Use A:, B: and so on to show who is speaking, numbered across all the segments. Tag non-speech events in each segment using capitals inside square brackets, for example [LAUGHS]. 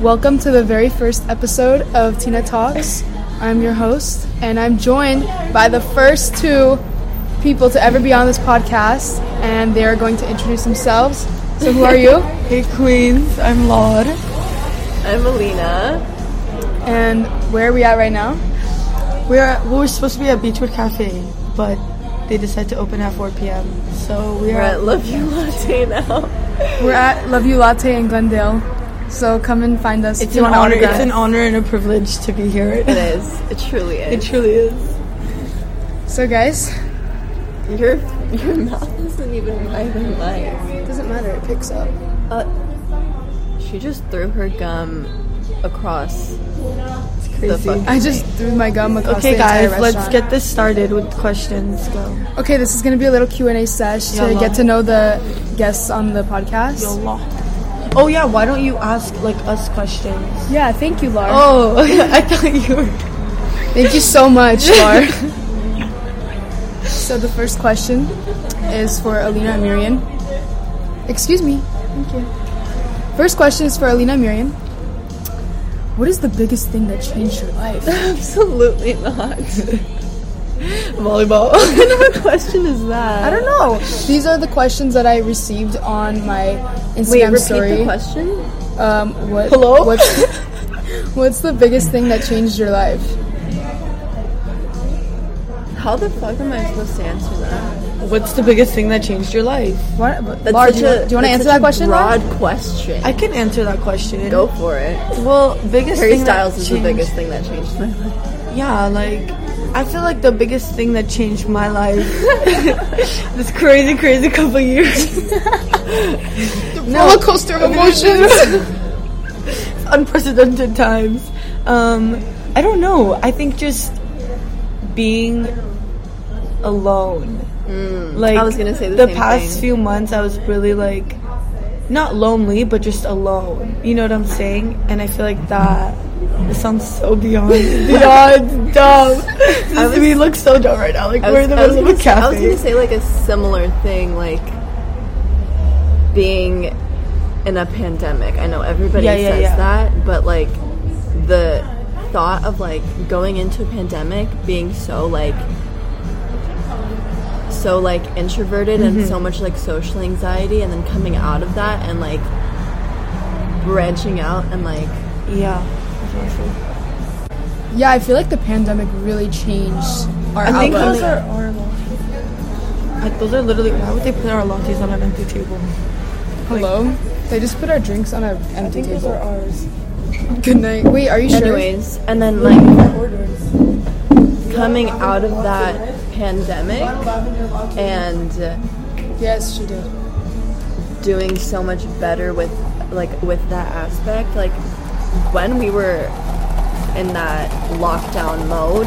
A: Welcome to the very first episode of Tina Talks. I'm your host, and I'm joined by the first two people to ever be on this podcast, and they are going to introduce themselves. So, who are [LAUGHS] you?
B: Hey Queens, I'm Laud.
C: I'm Alina.
A: and where are we at right now?
B: We're at, we were supposed to be at Beachwood Cafe, but they decided to open at 4 p.m. So we are
C: We're at Love You Latte now.
A: We're at Love You Latte in Glendale. So come and find us.
B: it's
A: if you
B: an
A: want to
B: honor.
A: autograph.
B: It's an honor and a privilege to be here.
C: It is. It truly
B: [LAUGHS] It
C: is.
B: truly is.
A: So, guys,
C: Your your mouth isn't even wider than mine.
A: it doesn't matter. It picks up.
C: Uh, she just threw her gum across
B: It's
C: the
B: crazy.
C: fucking.
A: I just threw my gum across the
B: okay,
A: entire
B: guys, let's
A: restaurant.
B: get this started with questions. Go.
A: Okay, this is gonna be a little Q and A sesh to
B: Yalla.
A: get to know the guests on the podcast.
B: Oh yeah, why don't you ask like us questions?
A: Yeah, thank you, Lar.
B: [LAUGHS]
C: [LAUGHS]
B: Oh, I thought you were.
A: Thank you so much, Lar. so the first question is for Alina and Miriam. Excuse me. Thank you. First question is for Alina and Miriam. What is the biggest thing that changed your life?
C: Absolutely not. [LAUGHS] Volleyball. [LAUGHS] What kind of a question is that?
A: I don't know. These are the questions that I received on my Instagram
C: Wait, repeat
A: story.
C: the question.
A: Um, what,
B: Hello?
A: What's, what's the biggest thing that changed your life?
C: How the fuck am I supposed to answer that?
B: What's the biggest thing that changed your life?
A: What,
C: That's
A: Lar,
C: such
A: do you, do
C: a-
A: you want to
C: that's
A: answer
C: such
A: that
C: a
A: question? Lar?
C: Broad question.
B: I can answer that question.
C: Go for it.
B: Well, biggest
C: Harry
B: thing that
C: Styles is the
B: changed-
C: biggest thing that changed my life.
B: Yeah, like I feel like the biggest thing that changed my life [LAUGHS] this crazy, crazy couple years. [LAUGHS]
A: Roller [LAUGHS] coaster of emotions.
B: Unprecedented times. Um, I don't know. I think just being alone. like
C: Mm. I was gonna say the same
B: past
C: thing.
B: few months I was really like not lonely, but just alone. You know what I'm saying? And I feel like that this sounds so
C: [LAUGHS]
B: beyond beyond dumb. [LAUGHS]
C: was-
B: we look so dumb right now. Like
C: I
B: we're
C: was,
B: in the
C: I was
B: middle of
C: gonna
B: a
C: say- I was
B: cafe.
C: gonna say like a similar thing, like being in a pandemic. I know everybody
B: Yeah, yeah,
C: says
B: yeah.
C: that, but like the thought of like going into a pandemic being so like so like introverted
B: Mm-hmm.
C: and so much like social anxiety and then coming out of that and like branching out and like
B: yeah.
A: yeah, I feel like the pandemic really changed our
B: I think
A: outlook.
B: those are our lattes. Like those are literally why would they put our lattes on an empty table?
A: Hello? They just put our drinks on an empty table.
B: ours.
A: [LAUGHS] Good night. Wait, are you sure?
C: anyways and then like coming out of that pandemic and
A: Yes, she did.
C: doing so much better with like with that aspect like when we were in that lockdown mode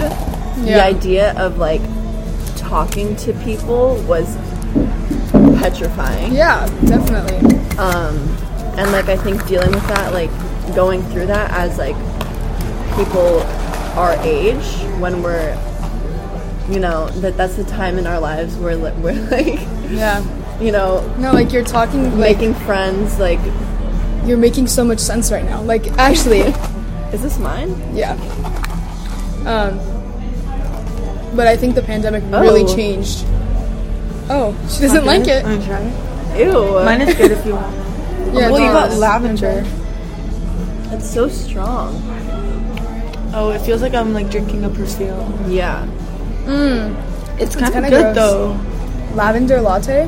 C: the
A: Yeah.
C: idea of like talking to people was petrifying
A: Yeah, definitely.
C: um and like i think dealing with that like going through that as like people our age when we're you know that that's the time in our lives where li- [LAUGHS] we're like
A: Yeah.
C: you know
A: No, like you're talking like
C: making friends like
A: you're making so much sense right now. Like actually, [LAUGHS]
C: Is this mine?
A: yeah. Um but I think the pandemic really
C: Oh.
A: changed. Oh, she doesn't like it.
B: I'm trying.
C: Ew.
B: [LAUGHS] Mine is good if you want.
A: Yeah,
B: well, you got
A: it's-
B: lavender.
C: It's so strong.
B: Oh, it feels like I'm like drinking a perfume.
C: Yeah.
B: It's kind
A: kinda
B: of good
A: gross.
B: though.
A: lavender latte.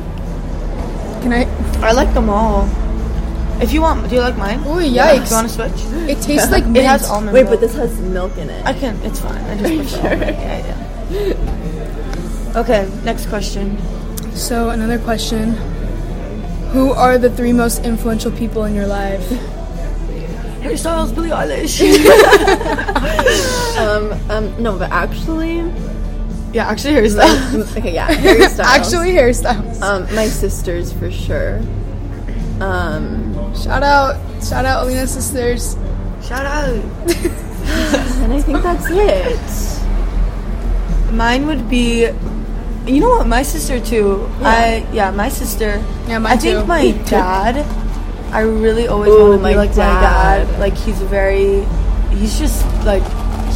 A: Can I
B: I like them all. If you want, do you like mine?
A: Ooh,
B: Yeah,
A: yikes.
B: Do you want to switch?
A: It
B: [LAUGHS]
A: tastes like mint.
B: It has almond.
C: Wait,
B: milk.
C: but this has milk in [LAUGHS] it.
B: I can. It's fine. I
A: [LAUGHS]
B: just prefer almond. Yeah, yeah. Okay, next question.
A: So another question: Who are the three most influential people in your life?
B: Harry Styles, Billie Eilish.
C: Um, um, no, but
B: [LAUGHS]
C: actually, um,
A: [LAUGHS]
B: yeah, actually, Harry Styles. [LAUGHS]
C: okay, yeah, Harry Styles.
A: Actually, hairstyles.
C: um, my sisters for sure. Um,
A: shout out, shout out, Alina's sisters.
B: Shout out.
C: and I think that's it.
B: Mine would be. You know what? My sister too. I yeah, my sister.
A: Yeah, mine
B: I think
A: too.
B: my dad I really always
C: Ooh,
B: want to be
C: my
B: like my
C: dad.
B: dad. Like he's very, he's just like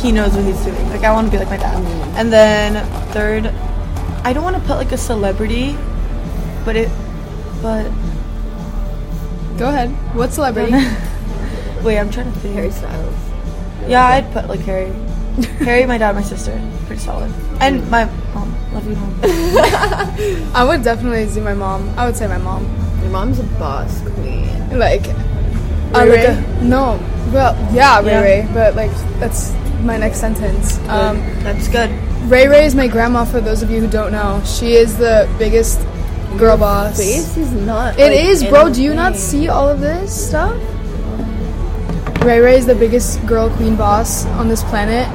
B: he knows what he's doing. Like I want to be like my dad. And then third, I don't want to put like a celebrity, but it, but
A: [LAUGHS] Go ahead. What celebrity?
B: [LAUGHS] wait, I'm trying to think.
C: Harry Styles.
B: Yeah, I'd put like Harry. Harry, my dad, my sister. Pretty solid. And my mom. Love you, mom.
A: I would definitely do my mom. I would say my mom.
C: Your mom's a boss queen.
A: Like, I like a, no. Well, yeah, Ray
B: Yeah.
A: Ray, but like that's my next sentence. Um,
B: That's good.
A: Ray Ray is my grandma. For those of you who don't know, she is the biggest girl boss.
C: Face is not.
A: It is, bro. Do you not see all of this stuff? Ray Ray is the biggest girl queen boss on this planet.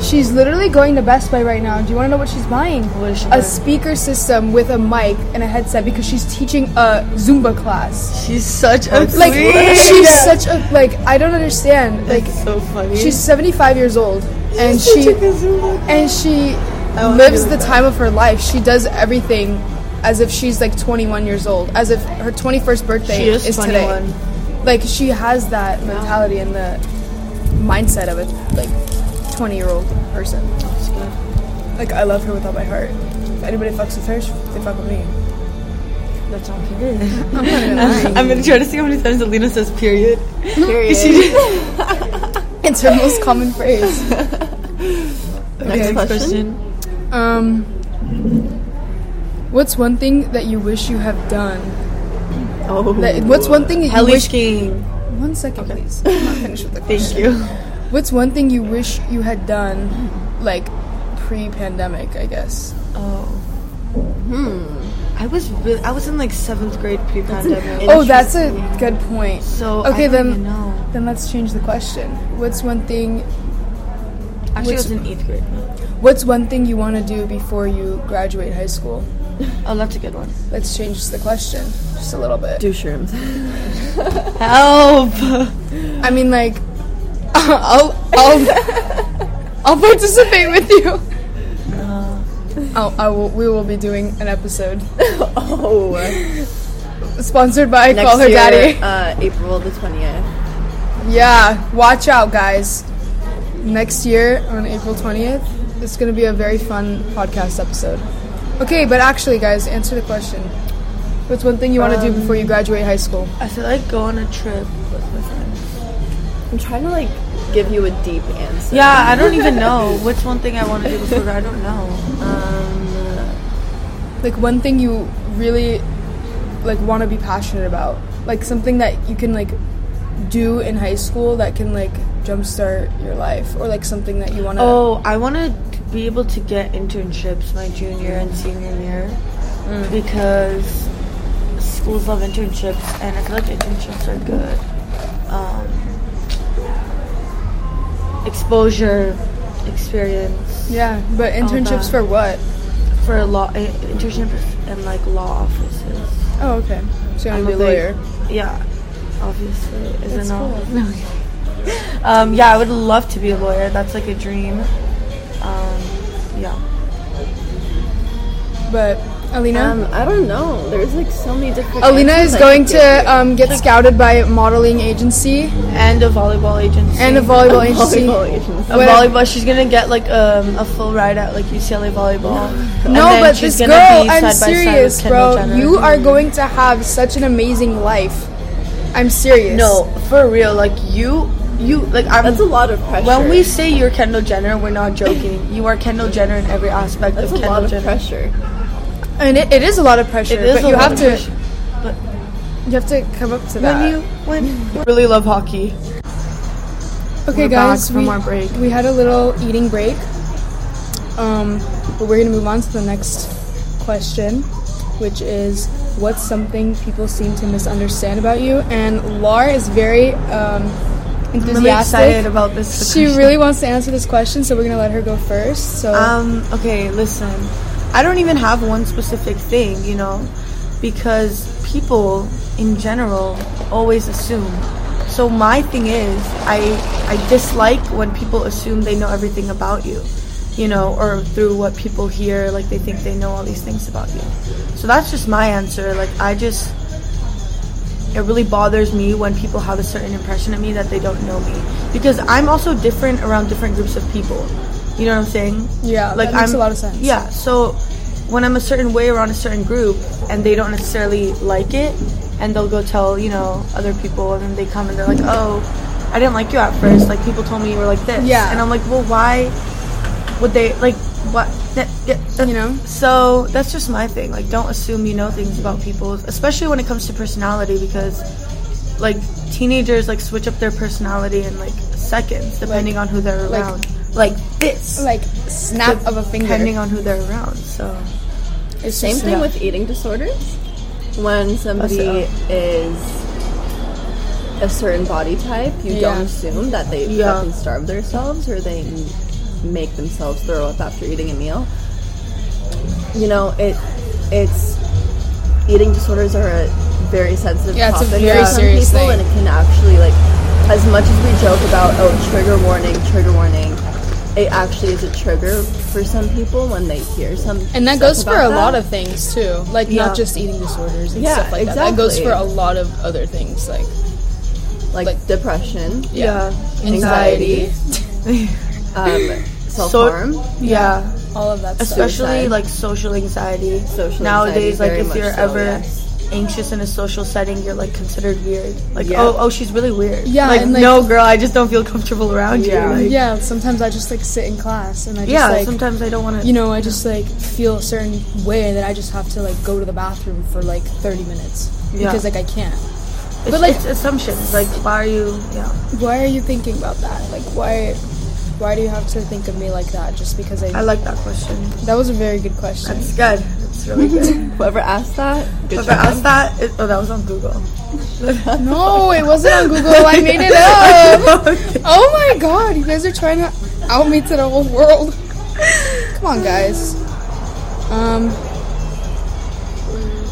A: She's literally going to Best Buy right now. Do you want to know what she's buying?
B: What is she
A: a
B: buying?
A: speaker system with a mic and a headset because she's teaching a Zumba class.
B: She's such a
A: Like
B: queen.
A: she's such a like I don't understand. Like
B: That's so funny.
A: she's 75 years old and she and she
B: wanna
A: lives the
B: be like that.
A: time of her life. She does everything as if she's like 21 years old, as if her 21st birthday
B: She is
A: today.
B: 21.
A: Like she has that mentality and the mindset of a like 20 year old person. Like I love her with all my heart. If anybody fucks with her, sh- they fuck with me.
B: That's not period.
A: I'm not gonna lie.
B: I'm gonna try to see how many times Alina says period. [LAUGHS]
C: Period.
A: [LAUGHS] It's her most common phrase.
C: Next question.
A: Um, what's one thing that you wish you have done?
C: Oh.
A: That- what's one thing that you
B: Hellish
A: wish?
B: King.
A: One second, please. I'm not finished
B: [LAUGHS]
A: with the question.
B: Thank you.
A: What's one thing you wish you had done, like pre-pandemic? I guess.
B: Oh. Hmm. I was really, I was in like seventh grade pre-pandemic.
A: Oh, that's a good point.
B: So
A: okay,
B: I don't
A: then
B: even know.
A: then let's change the question. What's one thing?
B: Actually, I
A: what's-
B: was in eighth grade.
A: What's one thing you want to do before you graduate high school?
B: Oh, that's a good one.
A: Let's change the question just a little bit.
C: Do shrooms.
B: Help!
A: I mean, like, [LAUGHS] I'll I'll I'll participate with you.
C: Uh.
A: Oh, I will, we will be doing an episode
C: oh.
A: sponsored by
C: Next
A: Call Her
C: year,
A: Daddy.
C: Uh, April the twentieth.
A: Yeah, watch out, guys. Next year on April 20th, it's going to be a very fun podcast episode. Okay, but actually, guys, answer the question. What's one thing you want to
C: Um,
A: do before you graduate high school?
B: I feel like go on a trip with my friends.
C: I'm trying to like give you a deep answer.
B: Yeah, I don't [LAUGHS] even know. What's one thing I want to do before? I don't know. Um,
A: Like, one thing you really, like, want to be passionate about. Like, something that you can, like, do in high school that can, like, jumpstart your life. Or, like, something that you want to...
B: Oh, I want to be able to get internships my junior
A: Mm.
B: and senior year because schools love internships, and I feel like internships are good. Um, exposure, experience
A: Yeah, but internships
B: that.
A: for what?
B: for law eh, internships and like law offices.
A: Oh, okay. So you want to be a
B: big-
A: lawyer.
B: Yeah, obviously. Is it not? [LAUGHS] No. um, yeah, I would love to be a lawyer. That's like a dream. Um, yeah.
A: But, Alina?
C: Um, I don't know. There's like so many different.
A: Alina
C: answers
A: is
C: I
A: going
C: could give
A: to um, get scouted by a modeling agency
B: And a volleyball agency.
A: and a
C: [LAUGHS]
B: [LAUGHS]
A: volleyball
C: you.
A: agency.
C: Volleyball agency.
B: A
A: What-
B: volleyball. She's gonna get like um, a full ride at like UCLA volleyball. And
A: No,
B: then
A: but
B: she's
A: this girl,
B: gonna be side by
A: I'm
B: side with
A: serious,
B: Kendall
A: bro.
B: Jenner.
A: You are going to have such an amazing life. I'm serious.
B: no for real. Like you, you like I'm.
C: That's a lot of pressure.
B: when we say you're Kendall Jenner, we're
A: [COUGHS]
B: not joking. You are Kendall Jenner in every aspect
C: that's a
B: of Kendall
C: lot of
B: Jenner.
C: pressure.
A: and it, it is a lot of pressure.
B: It is
A: but
B: a
A: you
B: lot
A: have
B: of
A: to
B: pressure.
A: you have to come up to
B: When
A: that.
B: you
A: [LAUGHS]
B: when really love hockey.
A: okay,
B: we're back
A: guys,
B: from
A: we
B: our break.
A: we had a little eating break, um, but we're gonna move on to the next question, which is what's something people seem to misunderstand about you? And Lar is very um, enthusiastic.
B: I'm really excited about this.
A: She
B: discussion.
A: really wants to answer this question, so we're gonna let her go first. So
B: Um. Okay. Listen, I don't even have one specific thing, you know, because people in general always assume. So my thing is, I I dislike when people assume they know everything about you, you know, or through what people hear, like they think they know all these things about you. So that's just my answer. Like I just it really bothers me when people have a certain impression of me that they don't know me because I'm also different around different groups of people. You know what I'm saying?
A: Yeah, that makes a lot of sense.
B: Yeah, so when I'm a certain way around a certain group and they don't necessarily like it, and they'll go tell you know other people, and then they come and they're like, oh, I didn't like you at first. Like people told me you were like this.
A: Yeah.
B: and I'm like, well, why would they like what? that- that- that-
A: You know?
B: so that's just my thing. Like, don't assume you know things about people, especially when it comes to personality, because like teenagers like switch up their personality in like seconds, depending on who they're
A: like-
B: around. Like, this,
A: Like snap of a finger.
B: depending on who they're around. So
A: It's
C: Same
A: just-
C: thing
B: Yeah.
C: with eating disorders. When somebody
B: Also.
C: is a certain body type, you
A: Yeah.
C: don't assume that they
B: Yeah.
C: fucking starve themselves or they m- make themselves throw up after eating a meal. You know, it it's eating disorders are a very sensitive
A: Yeah, it's a
C: topic
A: very
C: for some
A: serious
C: people,
A: thing.
C: and it can actually like, as much as we joke about oh trigger warning, trigger warning, it actually is a trigger for some people when they hear some.
A: And that
C: stuff
A: goes for a
C: about that.
A: lot of things too, like
B: Yeah.
A: not just eating disorders and
C: Yeah,
A: stuff like that. That goes for a
C: exactly.
A: lot of other things, like
C: like,
A: Like-
C: depression,
A: yeah,
C: anxiety, um, self harm.
B: yeah.
A: all of that. stuff.
B: especially
C: Suicide.
B: like social anxiety.
C: Social
B: nowadays, like
C: anxiety, very
B: if
C: much
B: you're
C: so,
B: ever
C: yes.
B: anxious in a social setting, you're like considered weird. Like
C: Yeah.
B: oh oh she's really weird.
A: Yeah,
B: like,
A: and, like-
B: no girl, I just don't feel comfortable around
C: Yeah.
B: you. Like,
A: Yeah, sometimes I just like sit in class and I just
B: yeah.
A: like
B: sometimes I don't want to.
A: you know, I just like feel a certain way that I just have to like go to the bathroom for like 30 minutes
B: Yeah.
A: because like I can't.
B: it's,
A: but, like-
B: it's assumptions. Like why are you? Yeah,
A: Why are you thinking about that? Like why why do you have to think of me like that just because I
B: I like that question.
A: That was a very good question.
B: It's good. It's really good.
C: Whoever asked that,
B: [LAUGHS]
C: good
B: If I
C: job.
B: asked that, it, oh that was on Google.
A: No, it wasn't on Google. I made it up. Oh my god, you guys are trying to out me to the whole world. Come on, guys. Um.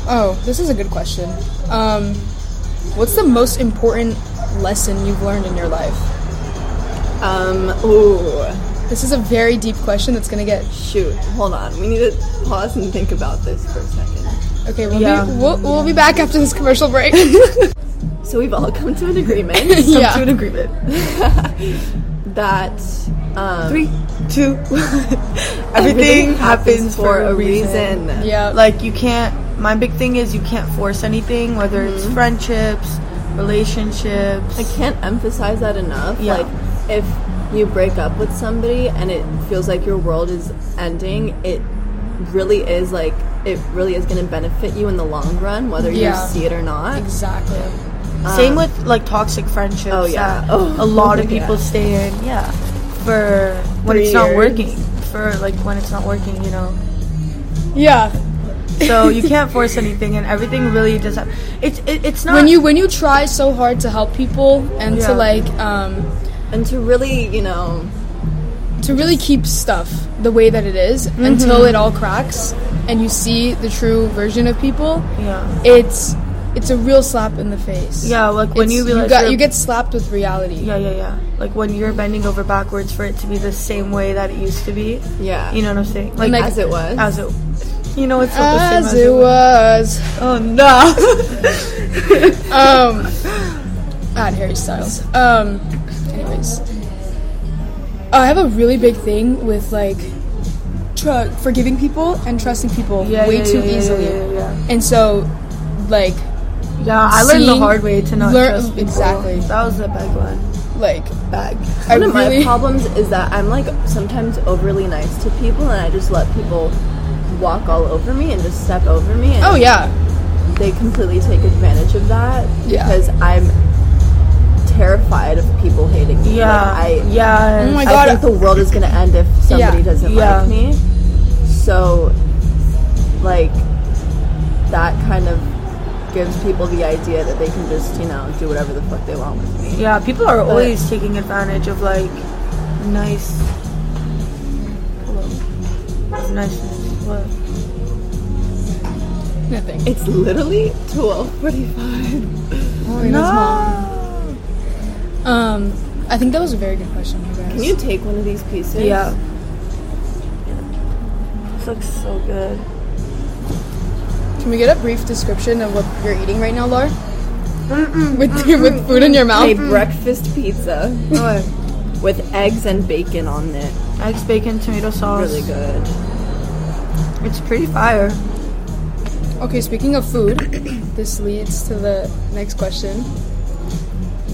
A: Oh, this is a good question. Um, what's the most important lesson you've learned in your life?
C: Um, ooh,
A: This is a very deep question. That's gonna get
C: shoot, hold on. We need to pause and think about this for a second.
A: okay. We'll
B: Yeah.
A: be we'll, we'll be back after this commercial
B: [LAUGHS]
A: break.
C: So we've all [LAUGHS] come to an agreement [LAUGHS]
B: Come to
A: yeah.
B: an agreement.
C: that um,
B: Three, two. [LAUGHS] Everything happens for a reason.
A: Yeah.
B: Like you can't. My big thing is you can't force anything, whether it's friendships, relationships.
C: I can't emphasize that enough.
B: Yeah.
C: Like, if you break up with somebody and it feels like your world is ending, it really is like it really is going to benefit you in the long run, whether
A: Yeah.
C: you see it or not.
A: exactly.
B: Same with like toxic friendships.
C: Oh, yeah.
B: that
C: Oh.
B: A lot of
C: Yeah.
B: people stay in. Yeah. For when
C: Three
B: it's not
C: years.
B: working. For like when it's not working, you know.
A: Yeah.
B: So you can't force anything, and everything really does. Have, it's it, it's not
A: When you when you try so hard to help people and
B: Yeah.
A: to like um,
C: And to really, you know,
A: to really keep stuff the way that it is
B: Mm-hmm.
A: until it all cracks and you see the true version of people
B: Yeah.
A: it's it's a real slap in the face
B: Yeah, like when
A: It's-
B: you realize
A: you, got,
B: you're-
A: you get slapped with reality
B: Yeah, yeah, yeah. Like when you're bending over backwards for it to be the same way that it used to be.
C: Yeah.
B: You know uh, what I'm saying? Like,
A: like-
C: as it was.
B: as it, you know, it's not the same
A: as it was
B: Oh no.
A: [LAUGHS] um god harry styles um anyways Uh, i have a really big thing with like tr- forgiving people and trusting people
B: Yeah,
A: way
B: yeah,
A: too
B: yeah, yeah,
A: easily
B: yeah, yeah, yeah.
A: and so like
B: yeah, I learned the
A: Seeing-
B: hard way to not
A: lear-
B: trust people.
A: exactly.
B: That was a big one.
A: like
B: Bag.
A: i
C: One of
A: really
C: my problems is that I'm like sometimes overly nice to people, and I just let people walk all over me and just step over me. And
A: oh yeah
C: they completely take advantage of that
A: Yeah.
C: because I'm terrified of people hating me.
B: Yeah.
C: Like, I
B: yeah.
A: Oh my
C: I
A: God.
C: think the world is gonna end if somebody
A: Yeah.
C: doesn't
B: Yeah.
C: like me. So, like, that kind of gives people the idea that they can just you know do whatever the fuck they want with me.
B: Yeah, people are always taking advantage of like nice. Hello. Of niceness. What?
A: nothing
C: It's literally twelve forty-five.
B: No.
A: Um, I think that was a very good question, you guys.
C: Can you take one of these pieces?
B: Yeah. This looks so good.
A: Can we get a brief description of what you're eating right now, Laura? with with food in your
C: A
A: mouth.
C: breakfast pizza
B: Oh,
C: with eggs and bacon on it.
B: eggs, bacon, tomato sauce.
C: Really good.
B: It's pretty fire.
A: Okay, speaking of food, [CLEARS THROAT] this leads to the next question.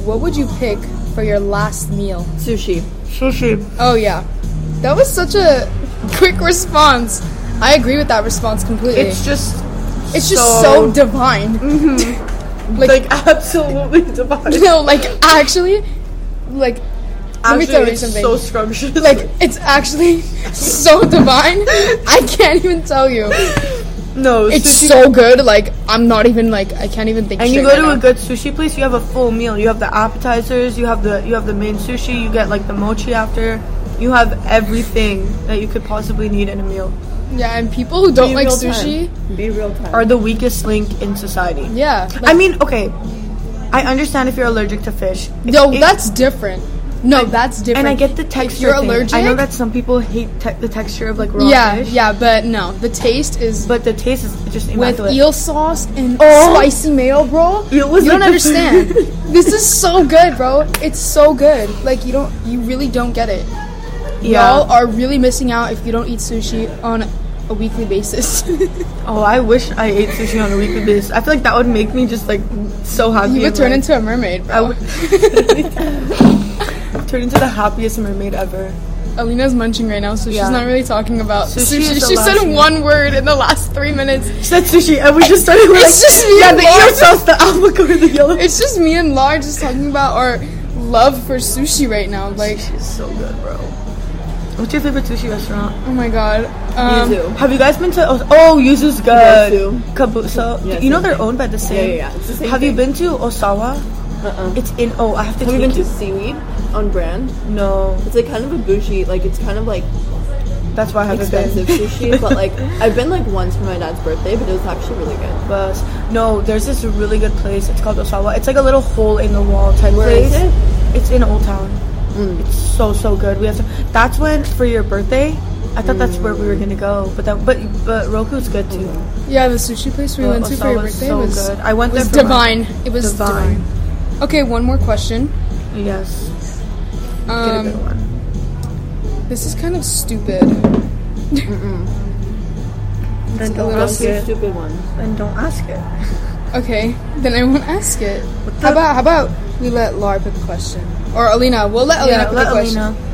A: What would you pick for your last meal?
C: Sushi.
B: Sushi.
A: Oh yeah, that was such a [LAUGHS] quick response. I agree with that response completely.
B: It's just
A: It's just so,
B: so-
A: divine. like,
B: like [LAUGHS] absolutely
A: [LAUGHS]
B: divine.
A: no, like actually, like let me
B: Actually,
A: tell you
B: it's
A: something.
B: so scrumptious.
A: like it's actually [LAUGHS] so divine. I can't even tell you.
B: [LAUGHS] no,
A: It's
B: sushi.
A: so good. Like I'm not even like I can't even think.
B: and you
A: straight
B: go to
A: right
B: a
A: now.
B: good sushi place, you have a full meal. You have the appetizers, you have the you have the main sushi, you get like the mochi after. You have everything that you could possibly need in a meal.
A: yeah, and people who don't
C: Be
A: like
C: real
A: sushi,
C: time. Be real time.
B: Are the weakest link in society.
A: yeah,
B: I mean, okay. I understand if you're allergic to fish. If-
A: no,
B: if-
A: that's different. No, that's different.
B: and I get the
A: If
B: texture.
A: You're
B: thing.
A: allergic.
B: I know that some people hate te- the texture of like raw
A: yeah,
B: fish.
A: yeah, but no, the taste is
B: But the taste is just
A: with
B: immaculate.
A: eel sauce and
B: Oh.
A: spicy mayo, bro.
B: Eel was
A: you
B: like
A: don't
B: the- [LAUGHS]
A: understand. this is so good, bro. It's so good. Like you don't, you really don't get it.
B: yeah.
A: Y'all are really missing out if you don't eat sushi on a weekly basis. [LAUGHS] you
B: Oh, I wish I ate sushi on a weekly basis. I feel like that would make me just like so happy.
A: would
B: and,
A: turn
B: like,
A: into a mermaid, bro.
B: I would turn into the happiest mermaid ever.
A: Alina's munching right now, so
B: Yeah.
A: she's not really talking about
B: Sushi
A: sushi.
B: is the
A: [LAUGHS] She said
B: last meal.
A: one word in the last three minutes.
B: She said sushi, and we just started with like
A: It's just me
B: yeah,
A: and
B: the
A: Laura.
B: eel sauce, the albacore, the yellow.
A: It's just me and Lar just talking about our love for sushi right now. Like,
B: Sushi is so good, bro. What's your favorite sushi restaurant?
A: oh my god. Um,
C: Yuzu.
B: Have you guys been to? Os- Oh, Yuzu's good.
C: Yuzu.
B: Kabuso.
C: Yeah,
B: you know
C: same
B: they're
C: thing.
B: owned by the same.
C: yeah, yeah, it's the same
B: Have you been to Osawa?
C: Uh-uh.
B: It's in. Oh, I have to.
C: Have you been
B: take
C: to seaweed on brand?
B: you. No,
C: It's like kind of a bougie, like it's kind of like
B: that's why I haven't
C: expensive
B: been.
C: sushi, but
A: [LAUGHS]
C: like I've been like once for my dad's birthday, but it was actually really good.
B: bus. No, there's this really good place. It's called Osawa. It's like a little hole in the wall type
C: Where
B: place.
C: is it?
B: It's in Old Town.
A: Mm.
B: It's so so good. We have to, that's when for your birthday. I thought that's where we were gonna go, but that but but Roku's good too.
A: Yeah, the sushi place we
B: Well,
A: went to for
B: Osawa's
A: your birthday
B: so
A: was
B: good. I went
A: was
B: there for my-
A: divine. It was divine.
B: Divine.
A: Okay, one more question.
B: Yes, get a good
A: Um,
B: one.
A: this is kind of stupid.
B: Then
A: don't
B: don't
A: little ask
B: ask
C: That's
B: it.
C: a stupid one.
B: Then don't ask it.
A: Okay, [LAUGHS] then I won't ask it. How about how about we let Lar pick a question or Alina? We'll let Alina
B: Yeah,
A: pick
B: let
A: a question.
B: Alina.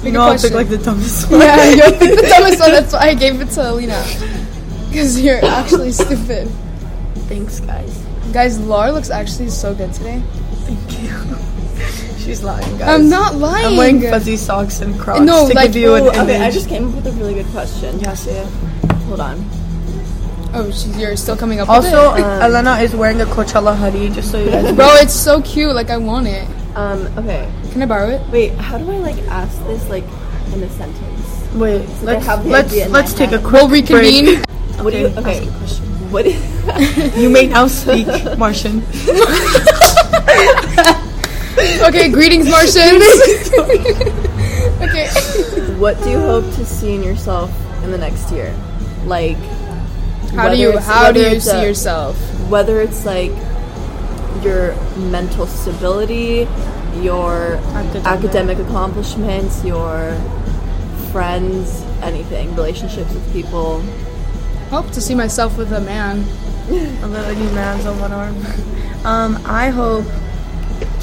A: Pick
B: You
A: a
B: know, I'll
A: question.
B: pick
A: [LAUGHS]
B: like the dumbest one.
A: Yeah, you're
B: [LAUGHS]
A: the dumbest one. That's why I gave it to Alina. [LAUGHS] Because you're actually [LAUGHS] stupid.
B: Thanks, guys.
A: Guys, Lar looks actually so good today.
B: Thank you. [LAUGHS] She's lying, guys.
A: I'm not lying.
B: I'm wearing fuzzy socks and Crocs
A: No,
B: to
A: like,
B: give you an
A: ooh,
B: image.
C: Okay, I just came up with a really good question.
B: Yes, yeah.
C: Hold on.
A: oh, she's, you're still coming up
B: Also, um,
A: with it.
B: Elena is wearing a Coachella hoodie, just so you guys know.
A: Bro, it's so cute. Like, I want it.
C: Um, okay.
A: Can I borrow it?
C: Wait, how do I like ask this like in a sentence?
B: [LAUGHS] Wait, let's
C: have the
B: let's
C: idea in
B: let's
C: my
B: take a
C: head.
B: quick
A: We'll reconvene.
C: What do you okay? What is
B: break. You may [LAUGHS] now speak, Martian.
A: okay, greetings,
B: [LAUGHS]
A: Martians. okay.
C: what do you hope to see in yourself in the next year? Like
A: How
C: whether
A: do you
C: it's-
A: how do
C: whether
A: you
C: it's
A: see
C: a-
A: yourself?
C: Whether it's like your mental stability, your
B: Academic.
C: academic, accomplishments, your friends, anything, relationships with people.
A: Hope to see myself with a man.
B: a little new man's on one arm. Um, I hope.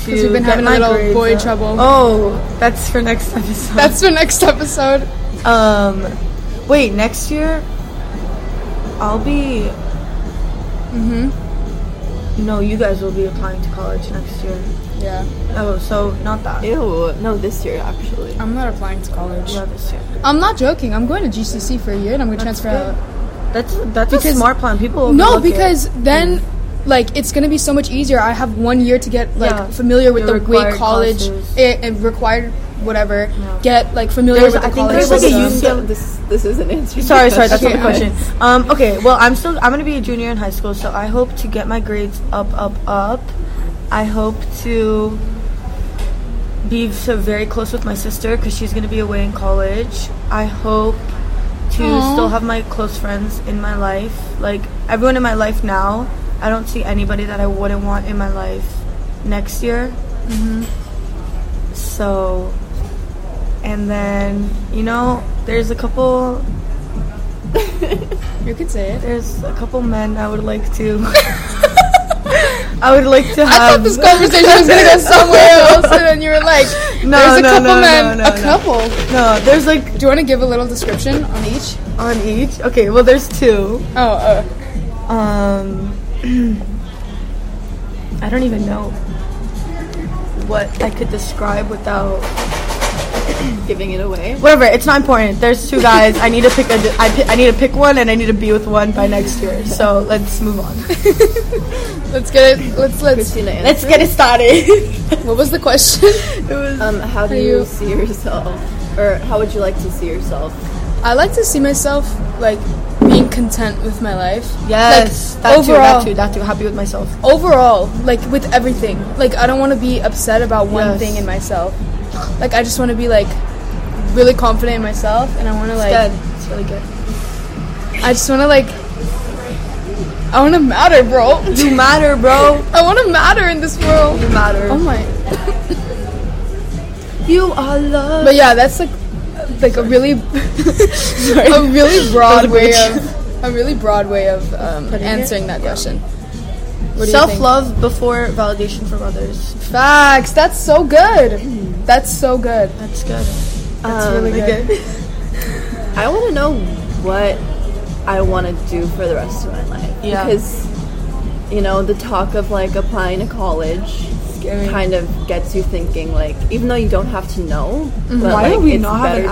B: Because
A: we've been having a little boy trouble.
B: Oh, that's for next episode.
A: That's for next episode.
B: um, wait, next year I'll be. Mm-hmm. No, you guys will be applying to college next year.
A: Yeah,
B: Oh, so not that.
C: Ew, no, this year actually.
A: I'm not applying to college.
B: Yeah, this year.
A: I'm not joking. I'm going to GCC for a year and I'm going to transfer
B: good.
A: out.
B: That's that's a
A: Because-
B: smart plan. People
A: No,
B: overlook it.
A: because then, like, it's gonna be so much easier. I have one year to get like
B: Yeah.
A: familiar with
B: The
A: the way
B: required
A: college
B: classes.
A: it, and required whatever
B: Yeah.
A: get like familiar
B: There's-
A: with the
B: I think
A: college
B: there's, like, a
A: system.
B: uni-
C: So this this is an answer. [LAUGHS]
B: Sorry, sorry, that's
A: Okay.
B: not the question. Um, okay, well, I'm still I'm gonna be a junior in high school, so I hope to get my grades up, up, up. I hope to be so very close with my sister because she's gonna be away in college. I hope to
A: Aw.
B: still have my close friends in my life, like everyone in my life now. I I don't see anybody that I wouldn't want in my life next year. So, and then you know, there's a couple
A: You could say it.
B: there's a couple men I would like [LAUGHS] to. I would like to
A: I
B: have.
A: thought this conversation was gonna
B: [LAUGHS]
A: go somewhere else, and then you were like,
B: No,
A: "There's a
B: no,
A: couple
B: no,
A: men,
B: no, no,
A: a
B: no.
A: couple."
B: no, there's like
A: Do you want to give a little description on each?
B: on each. Okay, well, there's two.
A: Oh, uh,
B: Um, [CLEARS THROAT] I don't even know what I could describe without.
C: Giving it away.
B: Whatever, it's not important. There's [LAUGHS] two guys. I need to pick a. I, pi- I need to pick one, and I need to be with one by next year. So let's move on. [LAUGHS]
A: let's get it. Let's let's.
C: Christina, and-
B: let's get it started.
A: What was the
B: [LAUGHS]
A: question?
C: um, how do
A: Are
C: you
A: you-
C: see yourself, or how would you like to see yourself?
A: I like to see myself like being content with my life.
B: yes,
A: Like,
B: that
A: overall,
B: too. That too. That too. Happy with myself.
A: overall, like with everything. Like I don't want to be upset about one
B: Yes.
A: thing in myself. Like I just want to be like really confident in myself, and I want to like.
B: Good. It's really good.
A: I just want to like. I want to matter, bro.
B: You matter, bro.
A: I want to matter in this world.
B: You matter.
A: Oh my.
B: You are loved.
A: But yeah, that's like like a really [LAUGHS] a really broad
B: That was a
A: way
B: bitch.
A: of a really broad way of um,
B: Putting it?
A: answering that question. What do you think?
B: Self love before validation from others.
A: Facts. That's so good.
B: Hmm.
A: That's so good.
B: That's good.
A: That's
C: Um,
A: really good.
C: I want to know what I want to do for the rest of my life.
B: Yeah.
C: Because, you know, the talk of like applying to college kind of gets you thinking, like, even though you don't have to know, but
B: Mm-hmm. Why do
C: like,
B: we
C: it's
B: not have
C: better,
B: an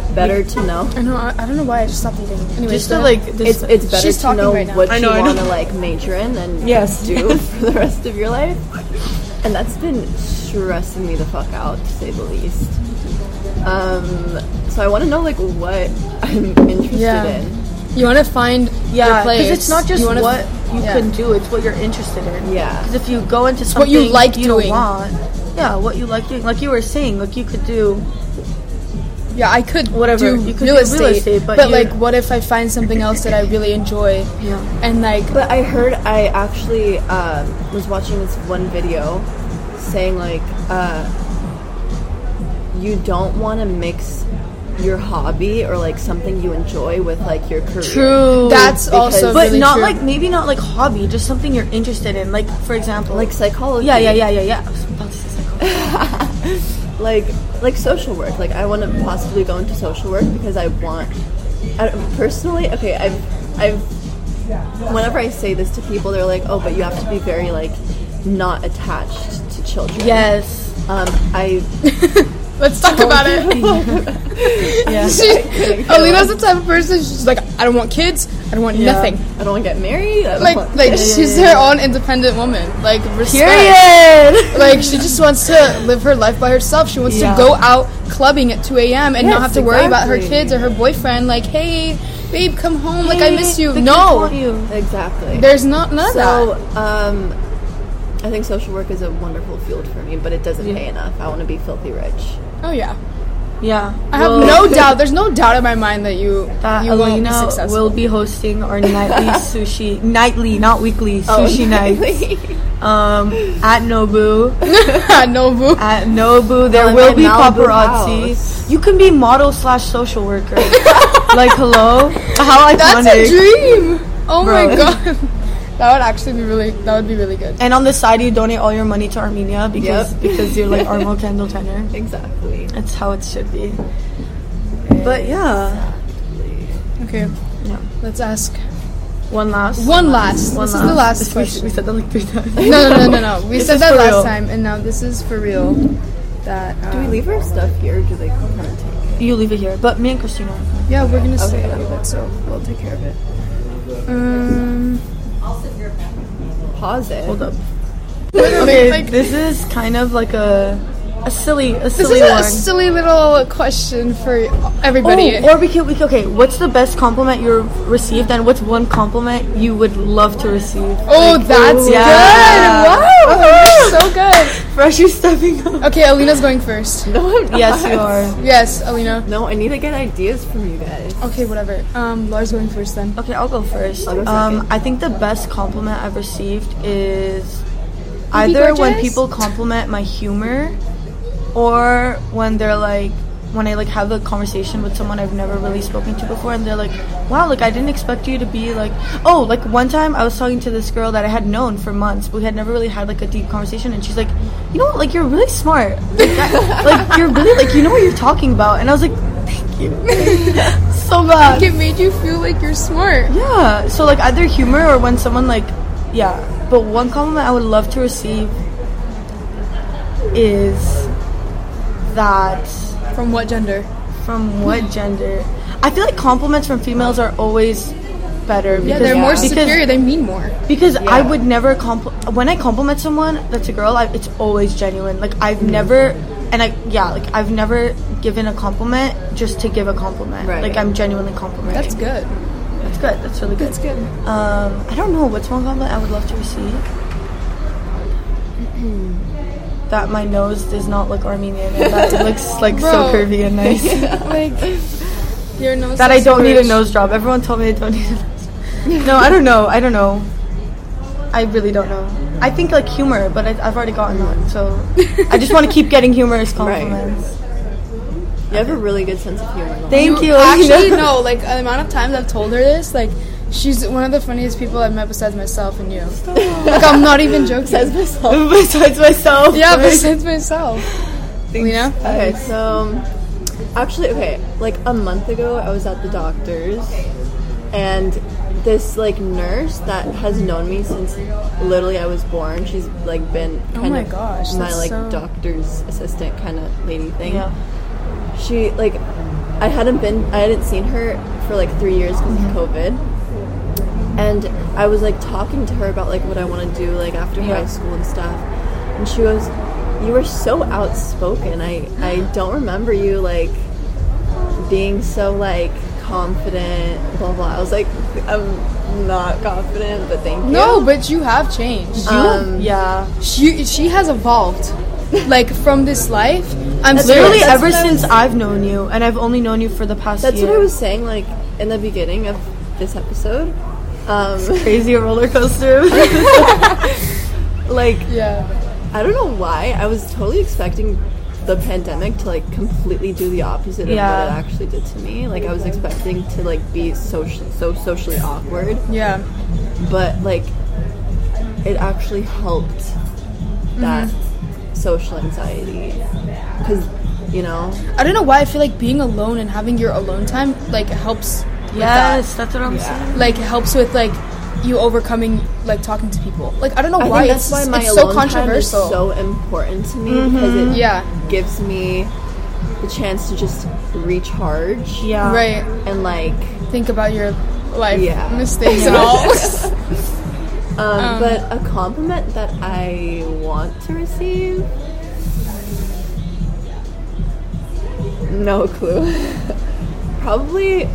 B: appetite?
C: Better to know.
A: I know. I, I don't know why I just stopped eating. Anyway,
B: Just to like,
C: It's,
B: just
C: it's better
A: She's
C: to
A: talking
C: know
A: right now.
C: what
B: I
C: you
B: know, I know.
C: want to like major in and
B: Yes. [LAUGHS]
C: do for the rest of your life. And that's been stressing me the fuck out, to say the least. Um, so I want to know like what I'm interested
A: Yeah.
C: in.
A: you want to find
B: yeah,
A: your place.
B: because it's not just
A: You wanna-
B: what you
A: yeah.
B: can do; it's what you're interested in.
C: Yeah.
B: because if you go into
A: what
B: something
A: you like
B: don't
A: doing.
B: want, yeah, what you like doing, like you were saying, like you could do.
A: Yeah, I could
B: Whatever,
A: do
B: you could
A: real,
B: do real
A: estate,
B: estate, but you-
A: like, what if I find something else that I really enjoy?
B: Yeah.
A: And like,
C: But I heard I actually um, was watching this one video saying like uh, you don't want to mix your hobby or like something you enjoy with like your career.
A: that's
C: because-
A: also
B: Oh, but
A: really
B: not
A: true.
B: like maybe not like hobby, just something you're interested in. Like for example,
C: Like psychology.
B: yeah, yeah, yeah, yeah, yeah. I was about to say psychology.
C: Like like social work. Like I want to possibly go into social work because I want I, personally. Okay, I've I've whenever I say this to people, they're like, oh, but you have to be very like not attached to children.
B: yes,
C: Um, I
A: Let's talk about it.
B: [LAUGHS]
A: [LAUGHS] she, Alina's the type of person. She's like, I don't want kids. I don't want nothing.
C: I don't want to get married. I don't
A: Like,
C: want-
A: like she's her own independent woman. Like, respect.
B: period.
A: Like, she just wants to live her life by herself. She wants
B: Yeah.
A: to go out clubbing at 2 a.m. and not have
C: Yes,
A: to worry about her
C: exactly.
A: kids or her boyfriend. Like, hey, babe, come home. like, I miss you.
B: The kids
A: No,
B: want you.
C: [LAUGHS] exactly.
A: there's not none
C: so,
A: of that.
C: um, I think social work is a wonderful field for me, but it doesn't pay enough. I want to be filthy rich.
A: Oh yeah,
B: Yeah,
A: I have
B: [LAUGHS]
A: no doubt. There's no doubt in my mind that you
B: that
A: you won't be
B: Alina
A: successful. [LAUGHS]
B: will be hosting our nightly sushi, nightly, not weekly
A: Oh, [LAUGHS]
B: sushi night um, at Nobu.
A: Nobu.
B: At Nobu, there
C: Well, in
B: will
C: my
B: be
C: Malibu
B: paparazzi.
C: house.
B: You can be model slash social worker.
A: [LAUGHS]
B: like, hello, how iconic!
A: That's a dream. Oh my
B: Bro.
A: god. That would actually be really that would be really good.
B: And on the side, you donate all your money to Armenia because
C: Yep.
B: because you're like
A: [LAUGHS]
B: Armo Kendall Jenner.
C: Exactly.
B: That's how it should be. But yeah,
A: Okay.
B: Yeah.
A: Let's ask
B: one last.
A: one last. this is the last
B: This- we-
A: question.
B: We said that like
A: [LAUGHS]
B: three times.
A: no, no, no, [LAUGHS] no, no. We
B: This
A: said
B: is
A: that
B: for
A: last
B: real.
A: time, and now this is for real. That
C: Do we
A: um,
C: leave our stuff here, or do they come and take it?
B: You leave it here, but me and Christina.
A: yeah, we're gonna stay
C: Okay.
A: out of it, so we'll take care of it. Um, [LAUGHS]
C: Pause it.
B: Hold up.
A: literally,
B: Okay,
A: like,
B: this is kind of like a a silly, a
A: This
B: silly
A: is a
B: one.
A: silly little question for everybody.
B: Oh, or we could, we could, okay, what's the best compliment you've received and what's one compliment you would love to receive?
A: Oh, that's
B: ooh. Yeah.
A: good. [LAUGHS] Wow. You're so
B: Fresh, you stepping up.
A: good. Okay, Alina's going first.
C: [LAUGHS] No, I'm not.
B: Yes, you are.
A: Yes, Alina.
C: No, I need to get ideas from you guys.
A: Okay, whatever. Um, Lars going first then.
B: Okay, I'll go 1st
C: go
B: um,
C: second.
B: I think the best compliment I've received is either when
A: gorgeous?
B: people compliment my humor or when they're like, when I like have a conversation with someone I've never really spoken to before, and they're like, "Wow, like I didn't expect you to be like." Oh, like one time I was talking to this girl that I had known for months, but we had never really had like a deep conversation, and she's like, "You know, what? like you're really smart, like, that- like you're really like you know what you're talking about," and I was like, "Thank you, [LAUGHS] so bad."
A: Like, it made you feel like you're smart.
B: Yeah. So like either humor or when someone like, yeah. But one compliment I would love to receive is that
A: From what gender?
B: from what gender? I feel like compliments from females are always better.
A: Yeah,
B: because-
A: they're more
B: because-
A: superior. They mean more.
B: because I would never compl- when I compliment someone that's a girl, I, it's always genuine. Like I've
A: Mm.
B: never and I yeah, like I've never given a compliment just to give a compliment.
C: Right.
B: Like I'm genuinely complimenting.
A: That's good.
B: That's good. That's really good.
A: That's good. [LAUGHS]
B: Um, I don't know what's one compliment I would love to receive. [CLEARS THROAT] that my nose does not look Armenian and that it looks like so
A: Bro.
B: curvy and
C: [LAUGHS]
B: nice.
A: Like, your nose.
B: that I
A: is
B: don't need a
A: gorge.
B: nose job. Everyone told me I don't need a nose job. No, I don't know. I don't know. I really don't know. I think like humor, but I, I've already gotten that, so I just want to keep getting
C: [LAUGHS]
B: humorous compliments.
C: You have a really good sense of humor. Laura.
B: Thank you. [LAUGHS] Alina.
A: Actually, no. Like the amount of times I've told her this, like she's one of the funniest people I've met besides myself and you. like I'm not even joking.
B: [LAUGHS]
C: myself.
B: Besides myself.
A: Yeah, besides myself. Alina.
C: Okay, so um, actually, okay, like a month ago, I was at the doctor's, and this like nurse that has known me since literally I was born. She's like been kind
A: Oh my
C: of
A: gosh,
C: my
A: that's
C: like
A: so-
C: doctor's assistant kind of lady thing. [LAUGHS]
B: Yeah.
C: She like I hadn't been I hadn't seen her for like three years because of COVID. and I was like talking to her about like what I want to do like after
B: Yeah.
C: high school and stuff, and she goes, "You were so outspoken. I I don't remember you like being so like confident." Blah blah. I was like, "I'm not confident, but thank you."
A: No, but you have changed.
B: Uh,
C: Um,
B: yeah.
A: She she has evolved. Like from this life, I'm serious.
B: Literally
C: That's
B: ever
C: what I was-
B: since I've known you, and I've only known you for the past.
C: that's
B: year.
C: what I was saying like in the beginning of this episode. Um,
B: Crazy roller [LAUGHS] coaster.
C: like
A: Yeah.
C: I don't know why I was totally expecting the pandemic to like completely do the opposite
B: Yeah.
C: of what it actually did to me. Like I was expecting to like be social so socially awkward,
A: Yeah.
C: but like it actually helped that
A: Mm-hmm.
C: social anxiety cuz you know,
A: I don't know why I feel like being alone and having your alone time like helps. with that.
B: yes, that's what I'm saying.
A: Like helps with like you overcoming like talking to people. Like I don't know
C: I
A: why
C: think that's
A: it's,
C: why my
A: it's so
C: alone time is
A: controversial. Mm-hmm.
C: so important to me because it
A: Yeah.
C: gives me the chance to just recharge
B: Yeah.
A: right.
C: and like
A: Think about your life
C: Yeah.
A: mistakes and all.
C: [LAUGHS] Um, but a compliment that I want to receive? No clue. [LAUGHS] Probably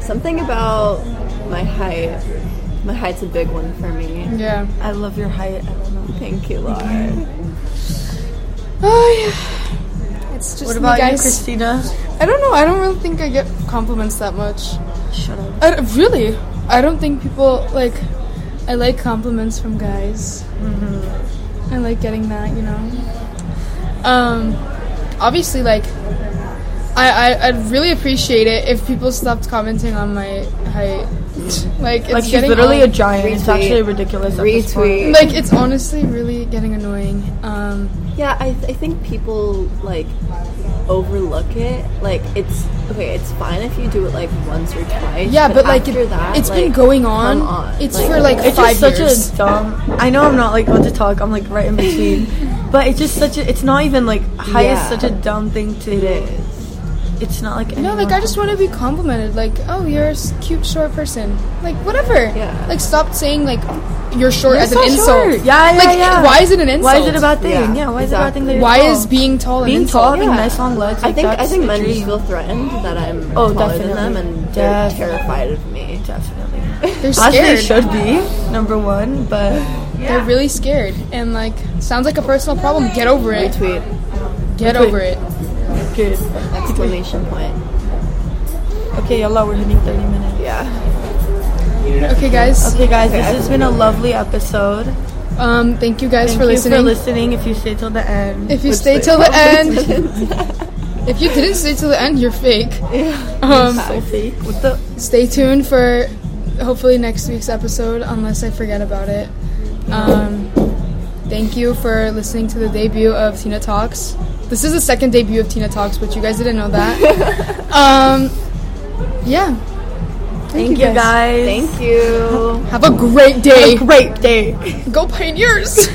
C: something about my height. My height's a big one for me.
A: yeah.
B: I love your height. I don't know.
C: Thank you, Laura.
A: Oh yeah. It's just
B: What about
A: me,
B: you,
A: guys.
B: Christina?
A: I don't know. I don't really think I get compliments that much.
B: Shut up.
A: I, don't- really, I don't think people like. I like compliments from guys.
B: Mm-hmm.
A: I like getting that, you know. Um, obviously, like, I, I I'd really appreciate it if people stopped commenting on my height. like, it's
B: Like she's
A: getting
B: literally
A: on-
B: a giant. It's
C: Retweet.
B: actually ridiculous. at this point.
C: Retweet.
A: Like, it's honestly really getting annoying. Um,
C: Yeah, I, I think people like overlook it. Like it's okay. It's fine if you do it like once or twice.
A: yeah, but, like,
C: after
A: it,
C: that,
A: has been
C: like,
A: going on.
C: come on.
A: It's for like
B: It's
A: five
B: just such
A: years.
B: a dumb. I know I'm not like about to talk. I'm like right in between. but it's just such a. It's not even like height
C: Yeah.
B: is such a dumb thing to
C: It is.
B: it's not like
A: No,
B: anyone
A: like I
B: else.
A: just want to be complimented. Like, oh, you're a s- cute short person. Like whatever.
C: Yeah.
A: Like stop saying like you're short
B: You're
A: as
B: so
A: an insult.
B: short. Yeah, yeah,
A: Like
B: yeah.
A: why is it an insult?
B: Why is it a bad thing?
C: Yeah,
B: Yeah, why is it a bad thing? That
C: exactly.
B: you're
A: Why
B: tall?
A: is being tall an
B: being
A: insult?
B: tall, having
C: Yeah.
B: nice long legs?
C: I
B: like,
C: think I
B: that's
C: think
B: a
C: men just
B: dream.
C: feel threatened that I'm
B: Oh,
C: taller
B: definitely.
C: than them, and they're
B: Definitely.
C: terrified of me.
B: definitely.
A: They're
B: As they
A: scared.
B: should be number one, but
A: They're really scared. And like sounds like a personal problem. Get over it.
C: Retweet
A: Get
B: Retweet.
A: over it.
B: good.
C: exclamation point.
B: Okay, Allah, we're hitting 30 minutes.
C: Yeah.
A: Okay, guys.
B: Okay, guys, this has been a lovely episode.
A: Um, thank you guys
B: Thank
A: for
B: you
A: listening.
B: for listening. If you stay till the end,
A: If you stay till
B: [LAUGHS]
A: the end, if you didn't stay till the end, you're fake.
B: [LAUGHS]
A: Um,
B: so fake. What the?
A: stay tuned for hopefully next week's episode, unless I forget about it. Um, thank you for listening to the debut of Tina Talks. This is the second debut of Tina Talks, but you guys didn't know that. um, yeah.
B: Thank you guys.
C: Thank you.
B: [LAUGHS]
A: Have a great day.
B: Great day.
A: Go Pioneers.